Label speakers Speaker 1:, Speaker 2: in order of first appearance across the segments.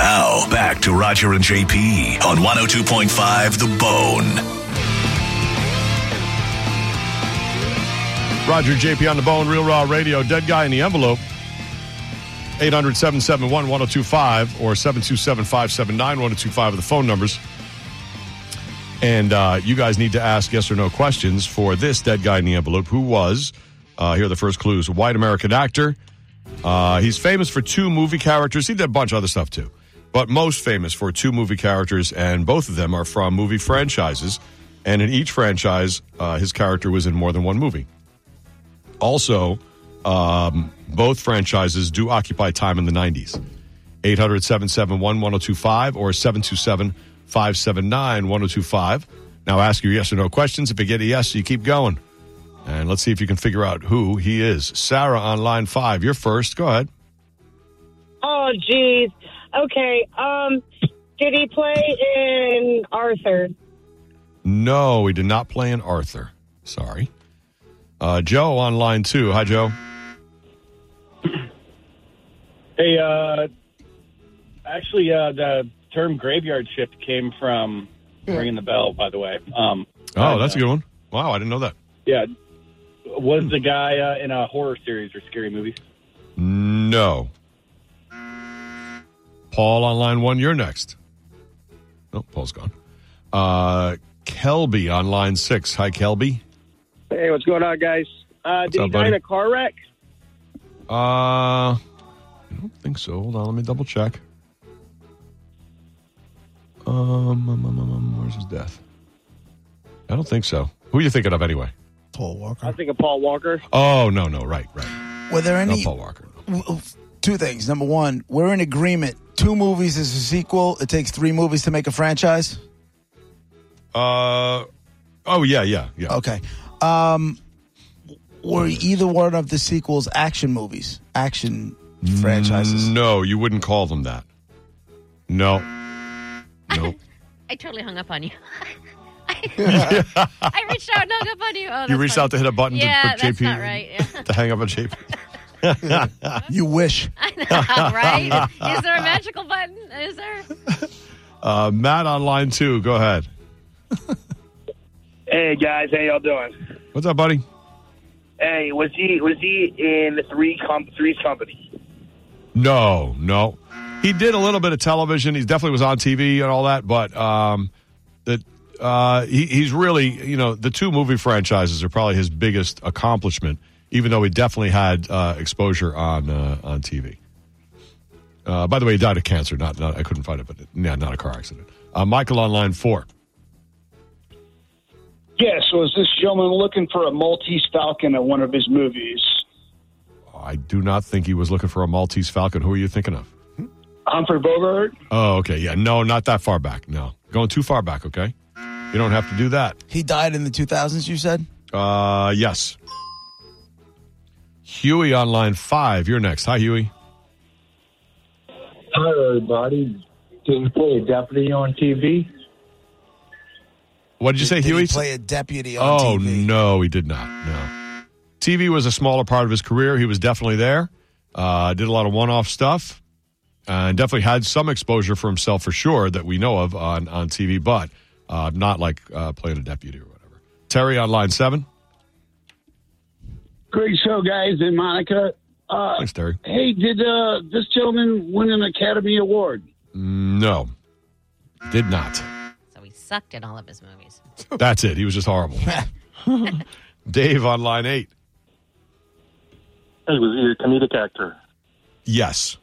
Speaker 1: Now, back to Roger and JP on 102.5 The Bone.
Speaker 2: Roger JP on the Bone, Real Raw Radio, Dead Guy in the Envelope. 800 771 1025 or 727 579 1025 are the phone numbers. And uh, you guys need to ask yes or no questions for this dead guy in the envelope, who was, uh, here are the first clues, a white American actor. Uh, he's famous for two movie characters. He did a bunch of other stuff too, but most famous for two movie characters, and both of them are from movie franchises. And in each franchise, uh, his character was in more than one movie. Also, um, both franchises do occupy time in the 90s. 800 771 1025 or 727 579 1025. Now ask your yes or no questions. If you get a yes, you keep going. And let's see if you can figure out who he is. Sarah on line five, you're first. Go ahead.
Speaker 3: Oh, jeez. Okay. Um, did he play in Arthur?
Speaker 2: No, he did not play in Arthur. Sorry. Uh, Joe on line two. Hi, Joe.
Speaker 4: Hey, uh, actually, uh, the term graveyard shift came from ringing the bell. By the way, um,
Speaker 2: Oh, that's a good one. Wow, I didn't know that.
Speaker 4: yeah, was the guy uh, in a horror series or scary movie?
Speaker 2: No. Paul on line one, you're next. Oh, Paul's gone. Uh, Kelby on line six. Hi, Kelby.
Speaker 5: Hey, what's going on, guys? Uh,
Speaker 2: What's
Speaker 5: did
Speaker 2: up,
Speaker 5: he die
Speaker 2: buddy?
Speaker 5: in a car wreck?
Speaker 2: Uh, I don't think so. Hold on, let me double check. Um, um, um, um, um, where's his death? I don't think so. Who are you thinking of anyway?
Speaker 6: Paul
Speaker 5: I
Speaker 6: Walker.
Speaker 5: think of Paul Walker.
Speaker 2: Oh no, no, right, right.
Speaker 6: Were there
Speaker 2: Not
Speaker 6: any
Speaker 2: Paul Walker.
Speaker 6: w- w- two things? Number one, we're in agreement. Two movies is a sequel. It takes three movies to make a franchise.
Speaker 2: Uh, oh yeah, yeah, yeah.
Speaker 6: Okay. Um, were either one of the sequels action movies? Action
Speaker 2: Mm.
Speaker 6: franchises?
Speaker 2: No, you wouldn't call them that. No. Nope.
Speaker 7: I totally hung up on you. I reached out and hung up on you. Oh,
Speaker 2: you
Speaker 7: that's
Speaker 2: reached
Speaker 7: funny.
Speaker 2: out to hit a button
Speaker 7: Yeah,
Speaker 2: to put JP
Speaker 7: that's not right. Yeah.
Speaker 2: to hang up on JP.
Speaker 6: You wish.
Speaker 7: right? Is there a magical button? Is there?
Speaker 2: Uh, Matt on line two, go ahead.
Speaker 5: Hey, guys, how y'all doing?
Speaker 2: What's up, buddy?
Speaker 5: Hey, was he was he in three com- Three's Company?
Speaker 2: No, no. He did a little bit of television. He definitely was on TV and all that, but um, that uh, he, he's really, you know, the two movie franchises are probably his biggest accomplishment. Even though he definitely had uh, exposure on uh, on TV. Uh, by the way, he died of cancer. Not, not I couldn't find it, but yeah, not a car accident. Uh, Michael on line four.
Speaker 8: Yes, was this gentleman looking for a Maltese Falcon at one of his movies?
Speaker 2: I do not think he was looking for a Maltese Falcon. Who are you thinking of?
Speaker 8: Humphrey Bogart?
Speaker 2: Oh, okay. Yeah. No, not that far back. No. Going too far back, okay? You don't have to do that.
Speaker 6: He died in the 2000s, you said?
Speaker 2: Uh yes. Huey on line five. You're next. Hi, Huey.
Speaker 9: Hi, everybody. Did you play a deputy on TV?
Speaker 2: What did you say,
Speaker 6: Did
Speaker 2: Huey?
Speaker 6: He play a deputy on
Speaker 2: oh
Speaker 6: TV.
Speaker 2: no, he did not. No. TV was a smaller part of his career. He was definitely there. Uh, did a lot of one-off stuff, uh, and definitely had some exposure for himself for sure that we know of on on TV, but uh, not like uh, playing a deputy or whatever. Terry on line seven.
Speaker 8: Great show, guys, and Monica. Uh,
Speaker 2: Thanks, Terry.
Speaker 8: hey, did uh, this gentleman win an Academy Award?
Speaker 2: No, did not.
Speaker 7: So he sucked in all of his movies.
Speaker 2: That's it. He was just horrible. Dave on line eight.
Speaker 10: Hey, was he a comedic actor?
Speaker 2: Yes,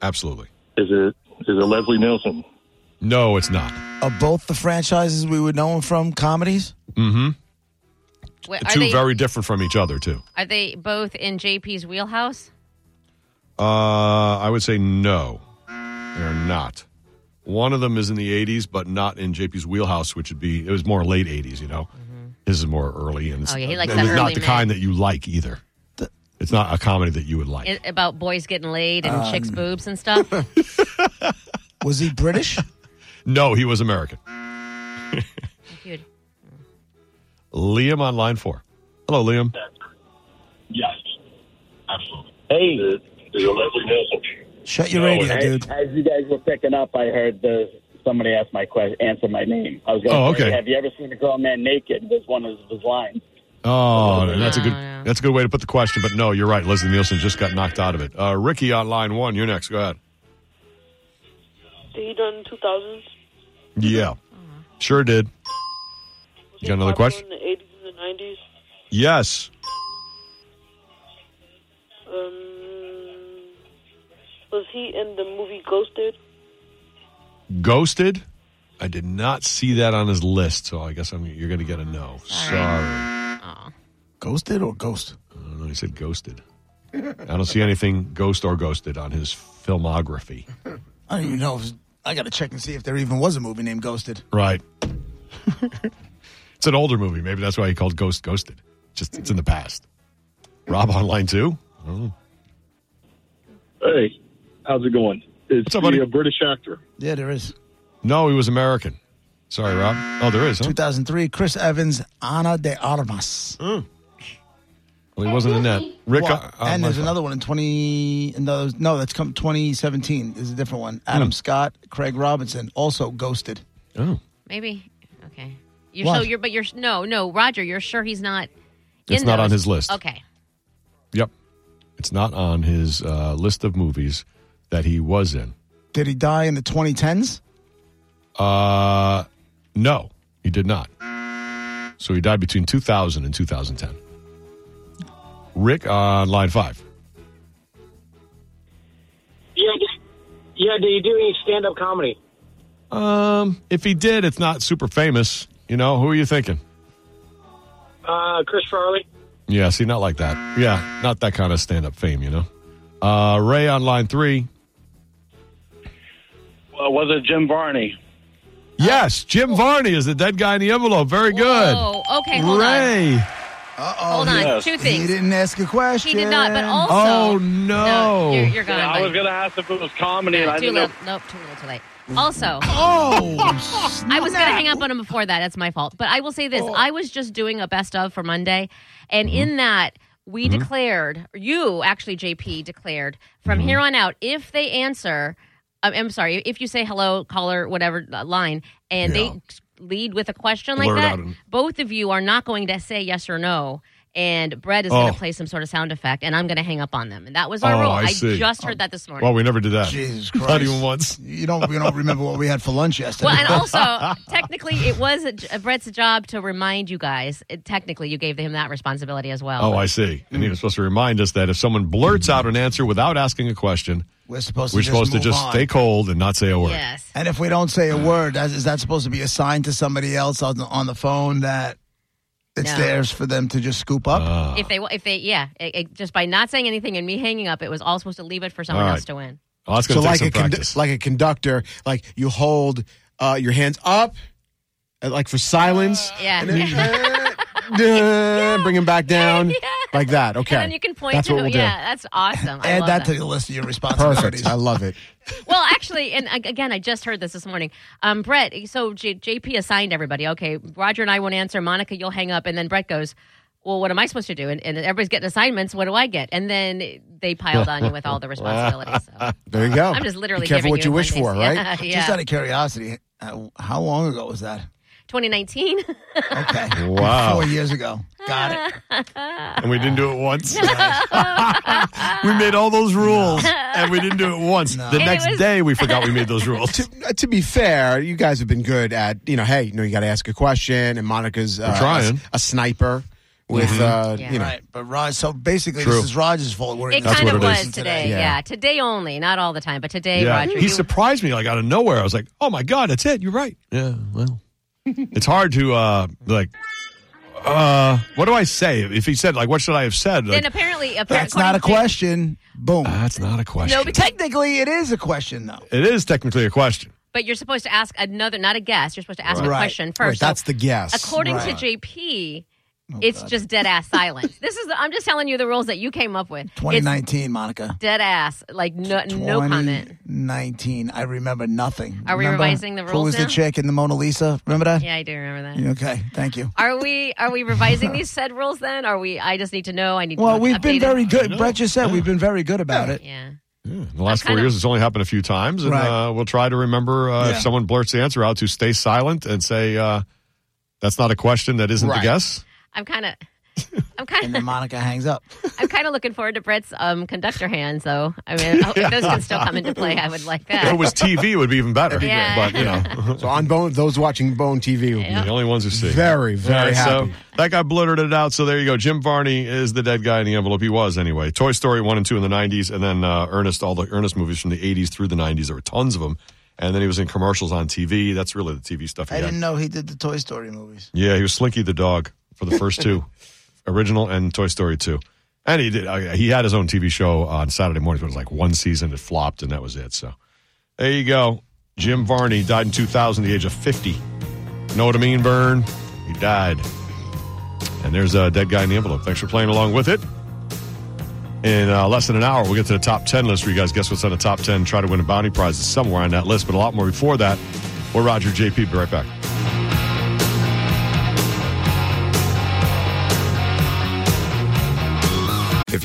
Speaker 2: absolutely.
Speaker 10: Is it is it Leslie Nielsen?
Speaker 2: No, it's not.
Speaker 6: Of both the franchises we would know him from, comedies?
Speaker 7: Wait,
Speaker 2: Two
Speaker 7: are they
Speaker 2: very different from each other, too.
Speaker 7: are they both in JP's wheelhouse?
Speaker 2: Uh, I would say no, they're not. One of them is in the '80s, but not in JP's wheelhouse, which would be it was more late '80s. You know, his is more early, and it's,
Speaker 7: Mm-hmm. Oh, yeah, he likes
Speaker 2: and
Speaker 7: that
Speaker 2: it's not
Speaker 7: early
Speaker 2: the
Speaker 7: mid.
Speaker 2: kind that you like either. It's not a comedy that you would like.
Speaker 7: It, about boys getting laid and chicks boobs and stuff.
Speaker 6: Was he British?
Speaker 2: no, he was American.
Speaker 7: Dude,
Speaker 2: Liam on line four. Hello, Liam.
Speaker 10: Yes, absolutely. Hey, is it, is it Leslie Nielsen?
Speaker 6: Shut your
Speaker 4: No,
Speaker 6: radio,
Speaker 4: hey,
Speaker 6: dude.
Speaker 9: As you guys were picking up, I heard the somebody asked my question, answer my name. I was going,
Speaker 2: Oh,
Speaker 9: to
Speaker 2: okay.
Speaker 9: Have you ever seen a grown man naked? Was one of his lines.
Speaker 2: Oh, that's a good
Speaker 7: yeah.
Speaker 2: that's a good way to put the question. But no, you're right. Leslie Nielsen just got knocked out of it. Uh, Ricky on line one. You're next. Go ahead.
Speaker 11: Did he do it in 2000s?
Speaker 2: Yeah, sure did.
Speaker 11: Was
Speaker 2: You
Speaker 11: he
Speaker 2: got another
Speaker 11: popular
Speaker 2: question?
Speaker 11: In the 80s and the 90s?
Speaker 2: Yes.
Speaker 11: Um, was he in the movie Ghosted?
Speaker 2: Ghosted. I did not see that on his list, so I guess I'm, you're going to get a no. Sorry.
Speaker 6: Ghosted or ghost?
Speaker 2: I don't know. He said ghosted. I don't see anything ghost or ghosted on his filmography.
Speaker 6: I don't even know. If, I got to check and see if there even was a movie named Ghosted.
Speaker 2: Right. it's an older movie. Maybe that's why he called Ghost Ghosted. Just it's in the past. Rob Oh. on line two. I don't know.
Speaker 10: Hey, how's it going? Is
Speaker 2: What's up, buddy?
Speaker 10: he a British actor?
Speaker 6: Yeah, there is.
Speaker 2: No, he was American. Sorry, Rob. Oh, there is. Huh?
Speaker 6: 2003, Chris Evans, Ana de Armas.
Speaker 2: Well, he wasn't in that. Rick,
Speaker 6: Well,
Speaker 2: uh,
Speaker 6: and
Speaker 2: my
Speaker 6: there's
Speaker 2: fault.
Speaker 6: another one in 20. No, there's- no, that's come 2017. There's a different one. Adam
Speaker 2: Hmm.
Speaker 6: Scott, Craig Robinson, also ghosted.
Speaker 2: Oh,
Speaker 7: Maybe. Okay. You're
Speaker 6: What?
Speaker 7: so you're but you're no no Roger. You're sure he's not.
Speaker 2: It's
Speaker 7: in
Speaker 2: not on
Speaker 7: those?
Speaker 2: his list.
Speaker 7: Okay.
Speaker 2: yep. It's not on his uh, list of movies that he was in.
Speaker 6: Did he die in the 2010s?
Speaker 2: Uh, no, he did not. So he died between 2000 and 2010. Rick on line five.
Speaker 12: Yeah, yeah. Do you do any stand up comedy?
Speaker 2: Um, if he did, it's not super famous. You know, who are you thinking?
Speaker 12: Uh, Chris Farley.
Speaker 2: Yeah, see, not like that. Yeah, not that kind of stand up fame, you know. Uh, Ray on line three.
Speaker 5: Well, was it Jim Varney?
Speaker 2: Yes, Jim Varney is the dead guy in the envelope. Very good.
Speaker 7: Oh, okay. Hold on.
Speaker 2: Ray.
Speaker 6: Uh
Speaker 7: Hold on. Two
Speaker 6: He
Speaker 7: things.
Speaker 6: didn't ask a question.
Speaker 7: He did not. But also.
Speaker 2: Oh, no.
Speaker 7: you're, you're gone.
Speaker 5: Yeah, I
Speaker 7: buddy.
Speaker 5: was going to ask if it was comedy. and
Speaker 7: Yeah,
Speaker 5: I
Speaker 7: too
Speaker 5: didn't
Speaker 7: little.
Speaker 5: know.
Speaker 7: Nope. Too little. Too late. Also.
Speaker 6: Oh, snap.
Speaker 7: I was going to hang up on him before that. That's my fault. But I will say this
Speaker 2: Oh.
Speaker 7: I was just doing a best of for Monday. And
Speaker 2: Mm-hmm.
Speaker 7: in that, we declared, you actually, JP, declared from
Speaker 2: Mm-hmm.
Speaker 7: here on out, if they answer, I'm, I'm sorry, if you say hello, caller, whatever uh, line, and
Speaker 2: Yeah.
Speaker 7: they lead with a question like
Speaker 2: Blurt
Speaker 7: that,
Speaker 2: out and-
Speaker 7: both of you are not going to say yes or no. And Brett is
Speaker 2: Oh.
Speaker 7: going to play some sort of sound effect, and I'm going to hang up on them. And that was our
Speaker 2: Oh,
Speaker 7: rule.
Speaker 2: I
Speaker 7: I,
Speaker 2: see.
Speaker 7: just heard that this morning.
Speaker 2: Well, we never did that.
Speaker 6: Jesus
Speaker 2: Not
Speaker 6: Christ.
Speaker 2: even once.
Speaker 6: You don't, you don't remember what we had for lunch yesterday.
Speaker 7: Well, and also, technically, it was a, Brett's job to remind you guys. It- technically, you gave him that responsibility as well.
Speaker 2: Oh, I see. And he was supposed to remind us that if someone blurts out an answer without asking a question,
Speaker 6: we're supposed to
Speaker 2: we're
Speaker 6: just
Speaker 2: supposed to
Speaker 6: move
Speaker 2: just
Speaker 6: on.
Speaker 2: stay cold and not say a word.
Speaker 7: yes.
Speaker 6: And if we don't say a word, that- is that supposed to be assigned to somebody else on the, on the phone that it's
Speaker 7: No.
Speaker 6: theirs for them to just scoop up?
Speaker 13: Uh.
Speaker 2: Ah.
Speaker 7: If they, if they, yeah, it, it- just by not saying anything and me hanging up, it was all supposed to leave it for someone
Speaker 2: All right.
Speaker 7: else to win.
Speaker 2: Well, Oh, that's
Speaker 13: So
Speaker 2: going to take
Speaker 13: like
Speaker 2: some
Speaker 13: a condu-
Speaker 2: practice.
Speaker 13: like a conductor, like you hold uh, your hands up, uh, like for silence,
Speaker 7: Yeah.
Speaker 13: and then uh, bring them back down, like that. Okay,
Speaker 7: And then you can point
Speaker 13: That's
Speaker 7: to
Speaker 13: what
Speaker 7: who-
Speaker 13: we'll do.
Speaker 7: yeah, that's awesome. I
Speaker 6: Add
Speaker 7: love
Speaker 6: that,
Speaker 7: that.
Speaker 6: to the list of your responsibilities.
Speaker 13: Perfect. I love it.
Speaker 7: well, actually, and ag- again, I just heard this this morning. Um, Brett, so J- JP assigned everybody. Okay, Roger and I won't answer. Monica, you'll hang up, and then Brett goes, "Well, what am I supposed to do?" And, and everybody's getting assignments. What do I get? And then they piled on you with all the responsibilities. So.
Speaker 13: There you go.
Speaker 7: I'm just literally
Speaker 13: Be careful
Speaker 7: giving
Speaker 13: what you, wish for,
Speaker 7: Mondays.
Speaker 13: right?
Speaker 7: Yeah, yeah.
Speaker 6: Just out of curiosity, uh, how long ago was that?
Speaker 7: 2019.
Speaker 6: Okay.
Speaker 2: Wow.
Speaker 6: Four years ago. Got it.
Speaker 13: Uh.
Speaker 2: and we didn't do it once. we made all those rules and we didn't do it once. The
Speaker 7: And it
Speaker 2: next
Speaker 7: was-
Speaker 2: day we forgot we made those rules.
Speaker 13: to, uh, to be fair, you guys have been good at you know, hey, you know, you got to ask a question, and Monica's uh,
Speaker 2: trying.
Speaker 13: A, a sniper with uh,
Speaker 7: Yeah.
Speaker 13: you know.
Speaker 6: Mm-hmm. Right. But Raj, so basically,
Speaker 2: True.
Speaker 6: this is Raj's fault. We're
Speaker 7: it
Speaker 6: in this
Speaker 7: kind of
Speaker 2: what it
Speaker 7: was
Speaker 2: is.
Speaker 6: position
Speaker 7: today.
Speaker 13: Yeah.
Speaker 7: Yeah. today only, not all the time, but today,
Speaker 2: Yeah.
Speaker 7: Roger.
Speaker 2: He
Speaker 7: you-
Speaker 2: surprised me like out of nowhere. I was like, "Oh my god, that's it. You're right." Yeah, well. it's hard to uh like uh what do I say if he said like what should I have said? Like,
Speaker 7: and apparently, apparently,
Speaker 6: That's not a
Speaker 7: according to-
Speaker 6: question. Boom.
Speaker 13: Uh.
Speaker 2: "Ah, that's not a question.
Speaker 7: No, because
Speaker 6: Technically, it is a question, though.
Speaker 2: it is technically a question.
Speaker 7: But you're supposed to ask another, not a guess. You're supposed to ask a
Speaker 6: Right.
Speaker 7: question
Speaker 13: Right,
Speaker 7: first. So
Speaker 13: that's the guess.
Speaker 7: according
Speaker 6: Right. Oh,
Speaker 7: to JP, it's just dead ass silence. This is. The, I'm just telling you the rules that you came up with. It's
Speaker 6: 2019, Monica.
Speaker 7: dead ass. Like no, no comment.
Speaker 6: 2019. I remember nothing.
Speaker 7: Are we
Speaker 6: Remember?
Speaker 7: revising the
Speaker 6: Who
Speaker 7: rules
Speaker 6: was
Speaker 7: now?
Speaker 6: the chick in the Mona Lisa? Remember that?
Speaker 7: Yeah, I do remember that.
Speaker 6: You Okay. Thank you.
Speaker 7: Are we are we revising these said rules then? Are we? I just need to know. I need.
Speaker 6: Well,
Speaker 7: to
Speaker 6: we've been
Speaker 7: update
Speaker 6: very
Speaker 7: it.
Speaker 6: good. Brett just said we've been very good about it.
Speaker 7: Yeah.
Speaker 2: In the last four years, it's only happened a few times, and
Speaker 13: Right.
Speaker 2: uh, we'll try to remember uh, if
Speaker 13: Yeah.
Speaker 2: someone blurts the answer out to stay silent and say uh, that's not a question that isn't the
Speaker 6: Right.
Speaker 2: guess.
Speaker 7: I'm kind of. I'm kind
Speaker 6: And then
Speaker 7: of.
Speaker 6: Monica hangs up.
Speaker 7: I'm kind of looking forward to Brett's um, conductor hands, though. I mean, oh, if those can still come into play. I would like that.
Speaker 2: If it was TV, it would be even better.
Speaker 7: That'd be great.
Speaker 2: But you know,
Speaker 13: so on Bone, those watching Bone TV will
Speaker 2: the
Speaker 13: be
Speaker 2: only ones who see.
Speaker 13: very, very
Speaker 2: All right,
Speaker 13: happy.
Speaker 2: So that guy blurted it out. So there you go. Jim Varney is the dead guy in the envelope. He was anyway. Toy Story one and two in the '90s, and then uh, Ernest. All the Ernest movies from the '80s through the '90s. There were tons of them. And then he was in commercials on TV. That's really the TV stuff. He
Speaker 6: I
Speaker 2: had.
Speaker 6: didn't know he did the Toy Story movies.
Speaker 2: Yeah, he was Slinky the dog for the first two, original and Toy Story two. And he did. Uh, he had his own TV show on Saturday mornings, but it was like one season. It flopped, and that was it. So there you go. Jim Varney died in 2000, at the age of 50. Know what I mean, Vern? He died. And there's a dead guy in the envelope. Thanks for playing along with it. In uh, less than an hour, we'll get to the top 10 list for you guys. Guess what's on the top 10? Try to win a bounty prize. It's somewhere on that list, but a lot more before that. We're Roger JP. Be right back.
Speaker 14: If